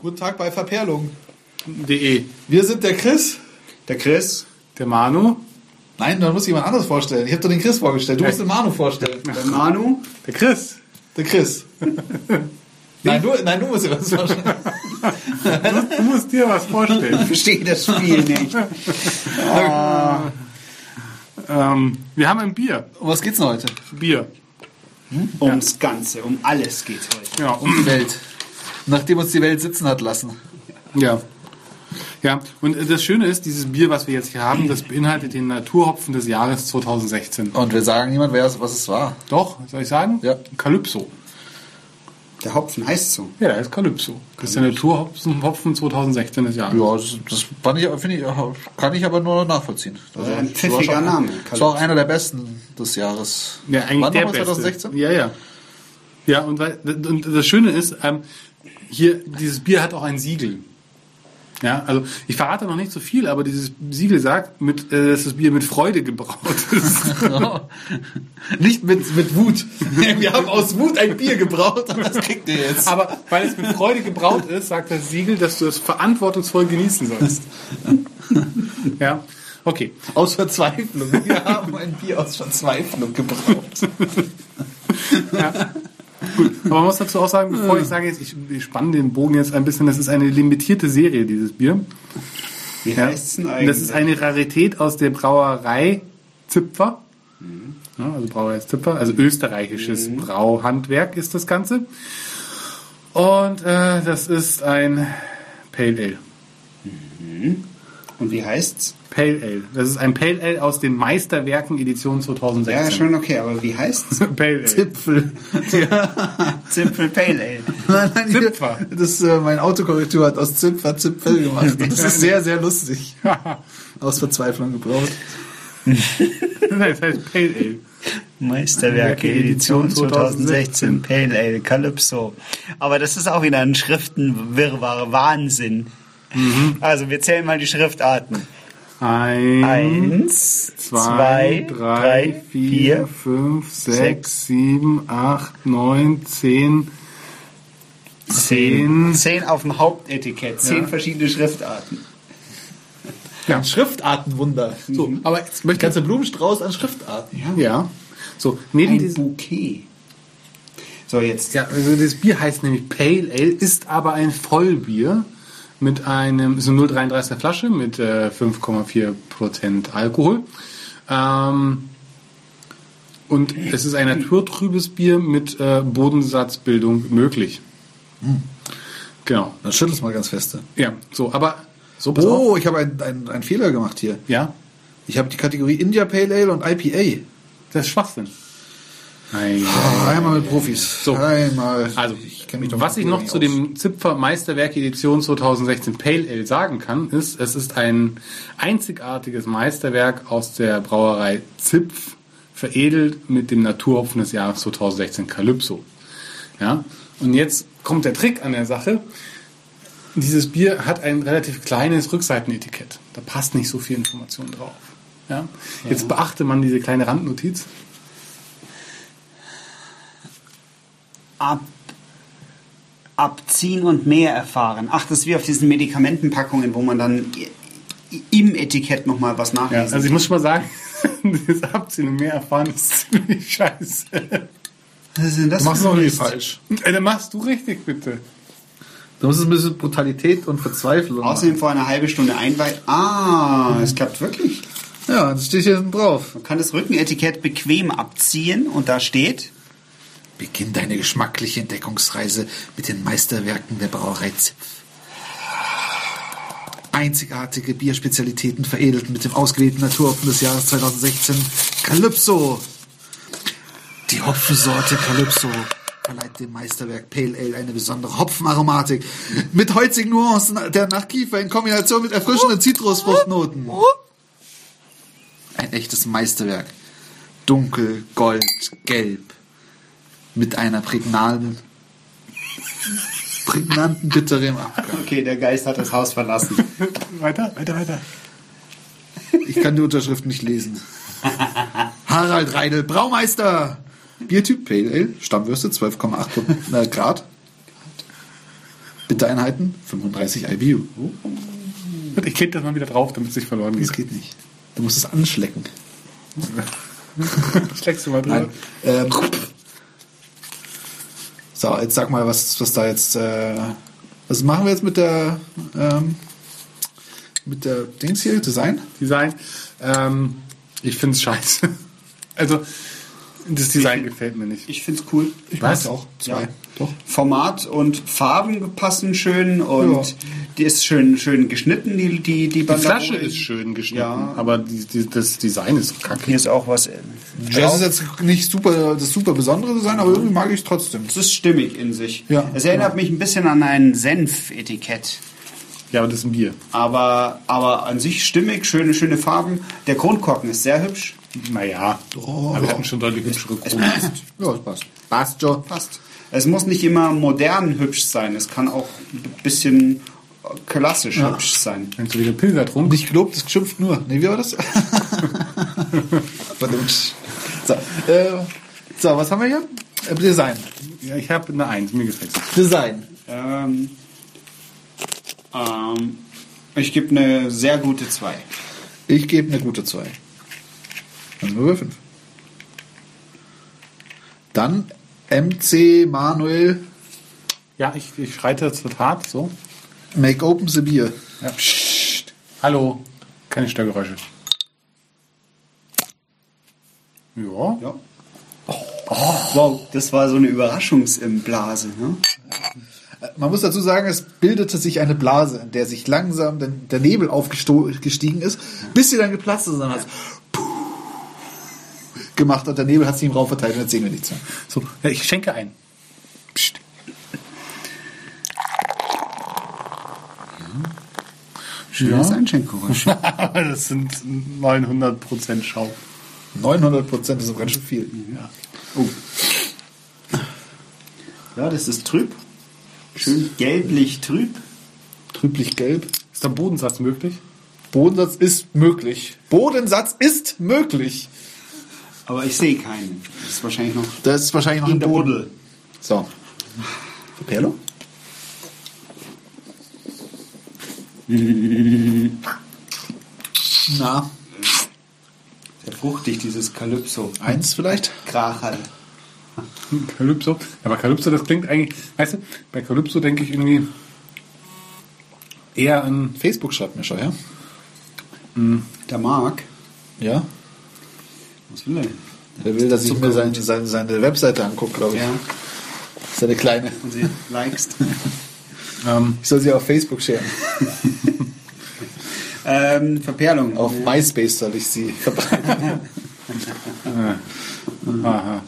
Guten Tag bei Verperlung.de. De. Wir sind der Chris. Der Chris, der Manu, Nein, dann muss ich jemand anderes vorstellen. Ich habe doch den Chris vorgestellt. Du musst den Manu vorstellen. Der Manu, der Chris. Der Chris. Nein, du, nein, du musst dir was vorstellen. Du musst dir was vorstellen. verstehe das Spiel nicht. ähm, wir haben ein Bier. Um was geht's denn heute? Bier. Ums Ganze, um alles geht heute. Ja. Um die Welt. Nachdem uns die Welt sitzen hat lassen. Ja. Ja, und äh, das Schöne ist, dieses Bier, was wir jetzt hier haben, das beinhaltet den Naturhopfen des Jahres 2016. Und wir sagen niemand, wer es, was es war. Doch, soll ich sagen? Ja. Calypso. Der Hopfen heißt so. Ja, der ist Calypso. Das ist der Naturhopfen Hopfen 2016 des Jahres. Ja, das, das fand ich, finde ich, kann ich aber nur nachvollziehen. Also, Ein das pfiffiger war schon- Name. Das war auch einer der besten des Jahres. Ja, eigentlich Wann der nochmal, beste. 2016? Ja, ja. Ja, und, weil- und das Schöne ist, ähm, hier, dieses Bier hat auch ein Siegel. Ja, also ich verrate noch nicht so viel, aber dieses Siegel sagt, mit, äh, dass das Bier mit Freude gebraut ist. Nicht mit, mit Wut. Wir haben aus Wut ein Bier gebraut und das kriegt ihr jetzt. aber weil es mit Freude gebraut ist, sagt das Siegel, dass du es verantwortungsvoll genießen sollst. ja, okay. Aus Verzweiflung. Wir haben ein Bier aus Verzweiflung gebraut. Aber man muss dazu auch sagen, bevor ich sage jetzt, ich, ich spanne den Bogen jetzt ein bisschen, das ist eine limitierte Serie, dieses Bier. Wie Ja. heißt es denn Und eigentlich? Das ist eine Rarität aus der Brauerei Zipfer. Ja, also Brauerei ist Zipfer, also österreichisches Brauhandwerk ist das Ganze. Und äh, das ist ein Pale Ale. Und wie heißt's? Pale Ale. Das ist ein Pale Ale aus den Meisterwerken Edition Ja, 2016. schon okay, aber wie heißt's? Pale Ale. Zipfel. Simple Pale Ale. Nein, nein, hier- Zipfer. Das, äh, mein Autokorrektur hat aus Zipfer Zipfel gemacht. Und das ist sehr, sehr lustig. Aus Verzweiflung gebraut. das heißt Pale Ale. Meisterwerke Edition 2016 Pale Ale Calypso. Aber das ist auch wieder ein Schriftenwirrwarr, Wahnsinn. Also wir zählen mal die Schriftarten. Ein, Eins, zwei, drei, vier, fünf, sechs, sechs, sieben, acht, neun, zehn, zehn. Zehn auf dem Hauptetikett, zehn verschiedene Schriftarten. Ja. Schriftartenwunder. So, Mhm. aber jetzt möchte ganze Blumenstrauß an Schriftarten. Ja. So, neben Ein diesem. Bouquet. So, jetzt. Ja, also das Bier heißt nämlich Pale Ale, ist aber ein Vollbier mit einem, ist eine 0,33er Flasche mit äh, 5,4% Alkohol. Ähm, und es ist ein naturtrübes Bier mit äh, Bodensatzbildung möglich. Mhm. Genau. Dann schüttel es mal ganz feste. Ja, so, aber so pass auf. Oh, ich habe einen ein, einen Fehler gemacht hier. Ja, Ich habe die Kategorie India Pale Ale und IPA. das ist Schwachsinn. Nein. Einmal mit Profis. So. Einmal. Also, kenn mich doch was mit ich noch Brewing zu dem Zipfer Meisterwerk Edition 2016 Pale Ale sagen kann, ist, es ist ein einzigartiges Meisterwerk aus der Brauerei Zipf, veredelt mit dem Naturhopfen des Jahres 2016 Calypso. Ja? Und jetzt kommt der Trick an der Sache. Dieses Bier hat ein relativ kleines Rückseitenetikett. Da passt nicht so viel Information drauf. Ja? Jetzt beachte man diese kleine Randnotiz. Ab, abziehen und mehr erfahren. Ach, das ist wie auf diesen Medikamentenpackungen, wo man dann i- im Etikett nochmal was Ja, nachlesen also ich muss schon mal sagen, dieses Abziehen und mehr erfahren ist ziemlich scheiße. Was ist denn das? Du machst es für noch ein nicht Mist? falsch. Ey, dann machst du richtig, bitte. Du musst es ein bisschen Brutalität und Verzweiflung machen. Außerdem vor einer halben Stunde einweihen. Ah, es klappt wirklich. Ja, das steht hier drauf. Man kann das Rückenetikett bequem abziehen und da steht. Beginn deine geschmackliche Entdeckungsreise mit den Meisterwerken der Brauerei Zipf. Einzigartige Bierspezialitäten veredelt mit dem ausgewählten Naturhopfen des Jahres 2016, Calypso. Die Hopfensorte Calypso verleiht dem Meisterwerk Pale Ale eine besondere Hopfenaromatik mit holzigen Nuancen der nach Kiefer in Kombination mit erfrischenden Zitrusfruchtnoten. Ein echtes Meisterwerk. Dunkel, gold, gelb mit einer prägnanten, prägnanten Bittere im Abgang. Okay, der Geist hat das Haus verlassen. Weiter, weiter, weiter. Ich kann die Unterschrift nicht lesen. Harald Reidel, Braumeister! äh, Biertyp Pale Ale, Stammwürste 12,8 Prozent- na, Grad. Bittereinheiten 35 IBU. Ich klebe das mal wieder drauf, damit es nicht verloren Oh, Das geht. geht nicht. Du musst es anschlecken. Schlägst du mal drüber. Nein. Ähm. So, jetzt sag mal, was, was da jetzt. Äh, was machen wir jetzt mit der. Ähm, mit der Dings hier, Design? Design. Ähm, ich finde es scheiße. Also, das Design gefällt mir nicht. Ich find's cool. Ich Was? mag's auch. Zwei. Ja. Doch. Format und Farben passen schön und die ist schön, schön geschnitten, die, die, die Die Banderole. Flasche ist schön geschnitten, Ja. aber die, die, das Design ist kacke. Hier ist auch was. äh, Das ist jetzt nicht super, das super besondere Design, aber irgendwie mag ich es trotzdem. Es ist stimmig in sich. Ja. es erinnert mich ein bisschen an ein Senf-Etikett. Ja, aber das ist ein Bier. Aber, aber an sich stimmig, schöne, schöne Farben. Der Kronkorken ist sehr hübsch. Naja, Oh, aber wir ja. hatten schon deutlich hübschere Kronen. Ja, es passt. Passt schon. Passt. Es muss nicht immer modern hübsch sein. Es kann auch ein bisschen klassisch hübsch sein. Wenn du wieder Pilger trunken. Nicht gelobt, es geschimpft nur. Nee, wie war das? Verdammt. So, äh, so, was haben wir hier? Äh, Design. Ja, ich habe eine Eins, mir gefällt es. Design. Ähm, ähm, ich gebe eine sehr gute 2. Ich gebe eine gute 2. Dann sind wir bei 5. Dann MC Manuel Ja, ich, ich schreite zur Tat, so. Make Open the Beer. Ja. Psst. Hallo, keine Störgeräusche. Ja, Ja. Oh. Wow, das war so eine Überraschungsblase. Ne? Äh, Man muss dazu sagen, es bildete sich eine Blase, in der sich langsam der, der Nebel aufgestiegen ist, bis sie dann geplatzt ist und dann hat gemacht und der Nebel hat sich im Raum verteilt und jetzt sehen wir nichts mehr. so. Ja, ich schenke ein. Psst. Schönes Einschenkgeräusch. das sind 900% Schau. 900 Prozent ist auch ganz schön viel. Ja, das ist trüb. Schön gelblich trüb. Trüblich gelb. Ist der Bodensatz möglich? Bodensatz ist möglich. Bodensatz ist möglich. Aber ich sehe keinen. Das ist wahrscheinlich noch Das ist wahrscheinlich noch in im der Boden. Buddel. So. Für Perlo? Na, Sehr fruchtig, dieses Kalypso. eins vielleicht? Krachal. Kalypso. Aber Kalypso, das klingt eigentlich, weißt du, bei Kalypso denke ich irgendwie eher an Facebook schreibt mir schon, ja? Der Mark. Ja? Was will er? Der will, dass ich mir seine, seine, seine Webseite angucke, glaube ich. Ja, Seine kleine. und sie likest. ähm, Ich soll sie auf Facebook scheren. ähm, Verperlung. Auf MySpace soll ich sie verbreiten. aha.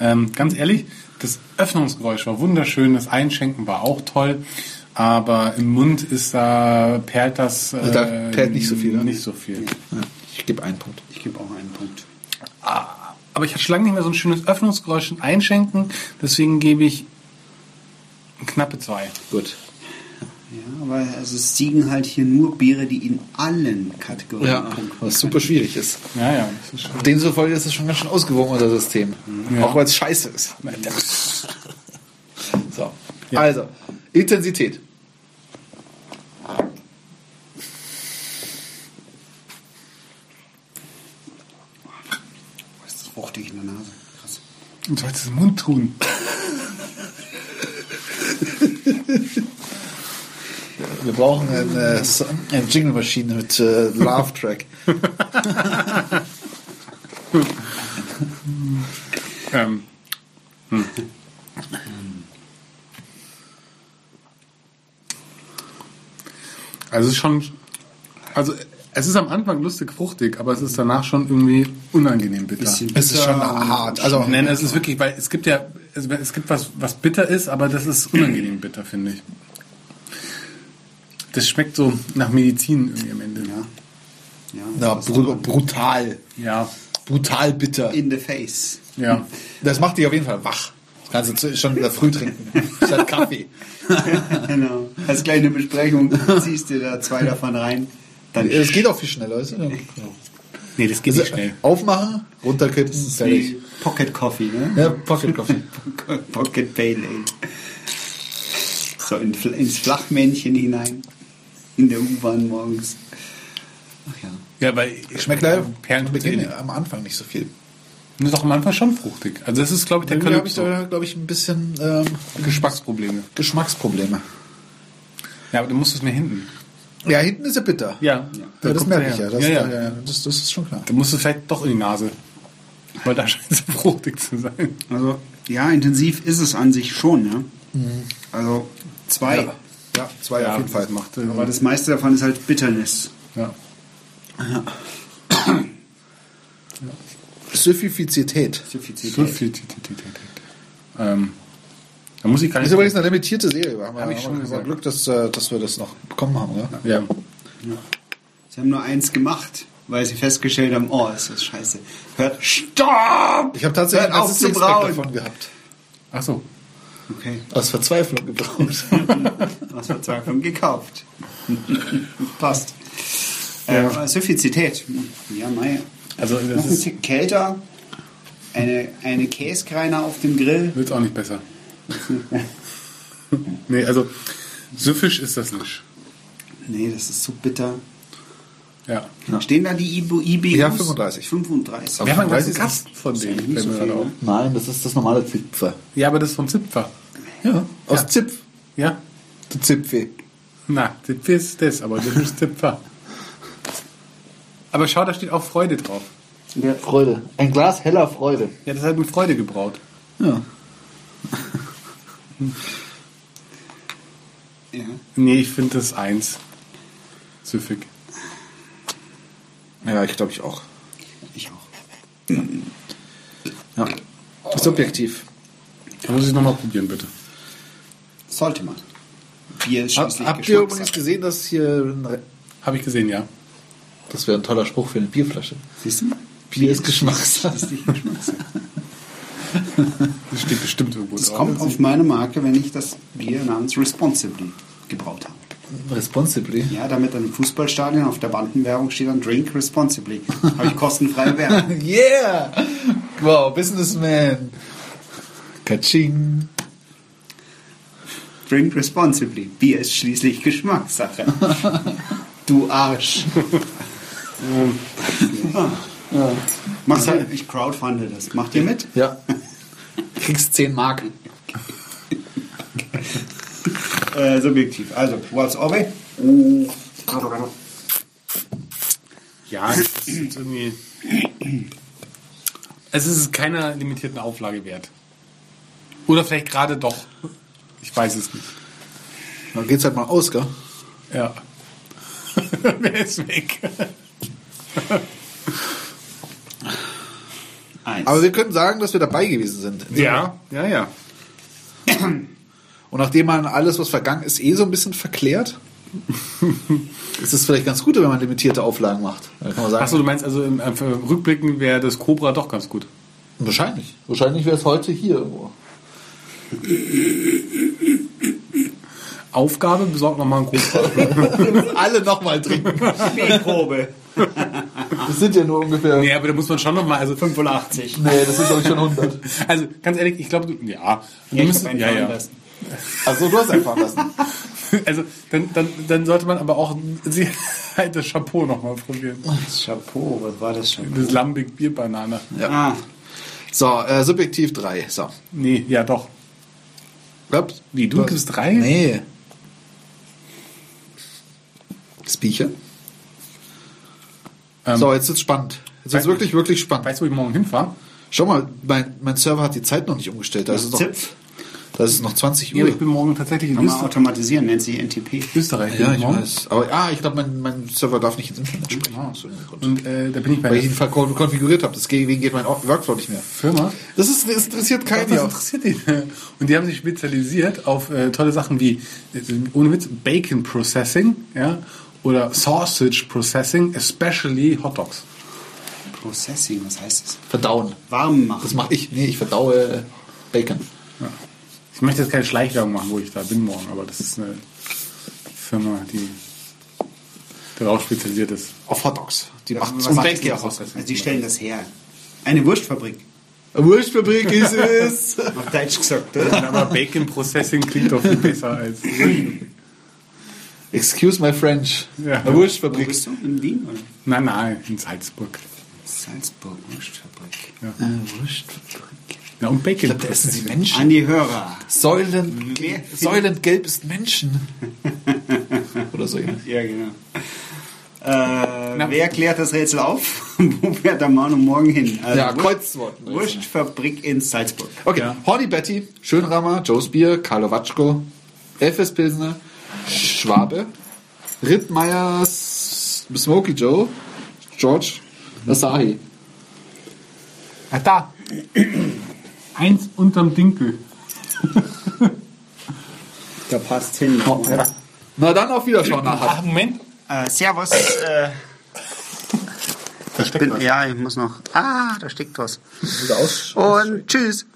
Ähm, ganz ehrlich, das Öffnungsgeräusch war wunderschön, das Einschenken war auch toll, aber im Mund ist da perlt das äh, Da perlt nicht so viel, ne? nicht so viel. Ich gebe einen Punkt. Ich gebe auch einen Punkt. Aber ich hatte schon lange nicht mehr so ein schönes Öffnungsgeräusch und Einschenken, deswegen gebe ich knappe zwei. Gut. Ja, weil also es siegen halt hier nur Biere, die in allen Kategorien Ja, punkten. was super schwierig ist. Ja, ja, das ist schon. Demzufolge ist es schon ganz schön ausgewogen, unser System. Ja. Auch weil es scheiße ist. So. Also, Intensität. Oh, ist das fruchtig in der Nase. Krass. Du sollst es im Mund tun. Wir brauchen eine, So- eine Jingle-Maschine mit äh, Laugh-Track. Ähm, hm. also es ist schon, also es ist am Anfang lustig fruchtig, aber es ist danach schon irgendwie unangenehm bitter. Bisschen Es ist schon bitter. hart. Also, Nein, es ist wirklich, weil es gibt ja, es, es gibt was, was bitter ist, aber das ist unangenehm bitter, finde ich. Das schmeckt so nach Medizin irgendwie am Ende. Ja. Ja, na, das br brutal. Ja, Brutal bitter. in the face. ja. Das macht dich auf jeden Fall wach. Das kannst du zu- schon in der Früh trinken. Statt Kaffee. genau. Als kleine Besprechung ziehst dir da zwei davon rein. Dann Es geht auch viel schneller. Weißt du? Nee, das geht Also, nicht schnell. Aufmachen, runterkippen, fertig. wie Pocket Coffee, ne? Ja, Pocket Coffee. Pocket Pale Ale. So in, ins Flachmännchen hinein. In der U-Bahn morgens. Ach ja. Ja, weil Schmeckt leider Perlen am Beginn, am Anfang nicht so viel. Das ist doch am Anfang schon fruchtig. Also das ist, glaube ich, der Irgendwie habe ich Kalypso. da, glaube ich, ein bisschen ähm, Geschmacksprobleme. Geschmacksprobleme. Ja, aber du musst es mir hinten. Ja, hinten ist er bitter. Ja. Ja, das merke ich ja. Das, ja, ja. ja, Das, das ist schon klar. Du musst es vielleicht doch in die Nase. Weil da scheint es fruchtig zu sein. Also, ja, intensiv ist es an sich schon, ne? Mhm. Also, zwei. Ja, ja zwei auf jeden Fall. Macht, Aber das meiste davon ist halt Bitterness. ja. Süffifizität. Ähm, da muss ich gar Ist nicht. übrigens eine limitierte Serie. Wir haben Hab ja ich schon haben wir gesagt. Glück, dass, äh, dass wir das noch bekommen haben. Oder? ja. Sie haben nur eins gemacht, weil sie festgestellt haben, oh, ist das scheiße. Hört, stopp! Ich habe tatsächlich Hört auf letztes zu Sixpack brauen. davon gehabt. Ach so. Okay, Aus Verzweiflung gebraucht. aus Verzweiflung gekauft. Passt. Ja. Äh, Suffizität. Ja, mei. Also das Noch ein ist- Tick kälter. Eine, eine Käsekreiner auf dem Grill. Wird auch nicht besser. nee, also süffisch ist das nicht. Nee, das ist zu bitter. Ja. Stehen da die Ibu, IBUs? Ja, 35. 35. Wir haben einen 35 ganzen Kasten von ja denen. nicht fällt so mir viel, gerade auf. ne? Nein, das ist das normale Zipfer. Ja, aber das ist vom Zipfer. ja. Aus Zipf. Ja? Der Zipfee. Na, Zipfer ist das, aber das ist Zipfer. Aber schau, da steht auch Freude drauf. Ja, Freude. Ein Glas heller Freude. Ja, das hat mit Freude gebraut. Ja. Ja. Nee, ich finde das eins. Süffig. Ja, ich glaube, ich auch. Ich auch. Ja. Oh. Subjektiv. Da muss ich nochmal probieren, bitte. Sollte man. Bier ist Hab, schließlich habt ihr Geschmackssache. übrigens gesehen, dass hier. ein Re- Habe ich gesehen, ja. Das wäre ein toller Spruch für eine Bierflasche. Siehst du? Bier ist Geschmackssache. Schließlich Geschmackssache. Das steht bestimmt irgendwo Das drauf. kommt auf meine Marke, wenn ich das Bier namens Responsibly gebraut habe. Responsibly. Ja, damit an dem Fußballstadion auf der Bandenwerbung steht dann Drink Responsibly. Habe ich kostenfreie Werbung. Yeah! Wow, Businessman! Katsching! Drink Responsibly. Bier ist schließlich Geschmackssache. Du Arsch. ja. Mach's halt, ich crowdfunde das. Macht ihr mit? Ja. Kriegst 10 Mark. Äh, subjektiv. Also, what's Orbe? Ja, es ist irgendwie. Es ist keiner limitierten Auflage wert. Oder vielleicht gerade doch. Ich weiß es nicht. Dann geht's halt mal aus, gell? Ja. Wer ist weg? Eins. Aber wir können sagen, dass wir dabei gewesen sind. Ja, ja, ja. Und nachdem man alles, was vergangen ist, eh so ein bisschen verklärt, ist es vielleicht ganz gut, wenn man limitierte Auflagen macht. Dann kann man sagen, Achso, du meinst also im, im Rückblicken wäre das Cobra doch ganz gut. wahrscheinlich. Wahrscheinlich wäre es heute hier irgendwo. Aufgabe besorgt nochmal ein Cobra. Alle nochmal trinken. B-Probe. Das sind ja nur ungefähr. nee, aber da muss man schon nochmal, also 85. Nee, das sind glaube ich schon 100. Also ganz ehrlich, ich glaube, du- ja, wir ich hab müssen, einen ja, fahren ja. lassen. Achso, du hast einfach lassen. Also dann, dann, dann sollte man aber auch sie, halt das Chapeau nochmal probieren. Das Chapeau, was war das schon? Das Lambic Bierbanane. Ah, So, äh, subjektiv 3. So. Nee, ja doch. Ups. Wie, du gibst drei? Nee. Speaker. Ähm, so, jetzt wird's spannend. Jetzt wird's Weiß- wirklich, wirklich spannend. Weißt du, wo ich morgen hinfahre? Schau mal, mein, mein Server hat die Zeit noch nicht umgestellt. Da ist es noch, Zipf. da ist es noch 20 Ja, Uhr. aber ich bin morgen tatsächlich in nochmal Öster automatisieren, nennt sich NTP. Österreich. Ja, bin ich morgen. weiß. Aber ah, ich glaube, mein, mein Server darf nicht ins Internet springen. Ah. Aus irgendeinem Grund. Und äh, da bin ich bei Weil ich der ihn verko- konfiguriert habe. Deswegen geht mein Workflow nicht mehr. Firma. Das, ist, das interessiert keinen. Das hier. interessiert ihn. Und die haben sich spezialisiert auf äh, tolle Sachen wie, äh, ohne Witz, Bacon Processing ja, oder Sausage Processing, especially Hot Dogs. Processing, was heißt das? Verdauen. Warm machen. Das mache ich. Nee, ich äh, verdaue Bacon. Ich möchte jetzt keine Schleichwerbung machen, wo ich da bin morgen, aber das ist eine Firma, die darauf spezialisiert ist. Auf Hotdogs. Die machen was zum macht Bacon das aus. denn? Also die stellen das her. Eine Wurstfabrik. Wurstfabrik ist es. Auf Deutsch gesagt, oder? Aber Bacon Processing klingt doch viel besser als. Excuse my French. Ja. Eine Wurstfabrik. du? In Wien oder? Nein, nein, in Salzburg. Salzburg, Wurstfabrik. Wurstfabrik. Na, und Ich Bacon glaube, da essen sie Processing. Menschen. An die Hörer. Säulen, Wer- Säulengelb ist Menschen. Oder so ähnlich. Ja, genau. Äh, wer klärt das Rätsel auf? Wo fährt der Manu morgen hin? Also Ja, Wurst- Kreuzwort. Wurstfabrik in Salzburg. Okay, Ja. Horny Betty, Schönrammer, Joe's Bier, Carlo Watschko, Elfes Pilsner, Schwabe, Rittmeyers, Smokey Joe, George, Asahi. Ah, da. Eins unterm Dinkel. Da passt hin. Na dann auf Wiederschauen nachher. Moment. Äh, servus. Äh, ich bin, ja, ich muss noch. Ah, da steckt was. Und tschüss.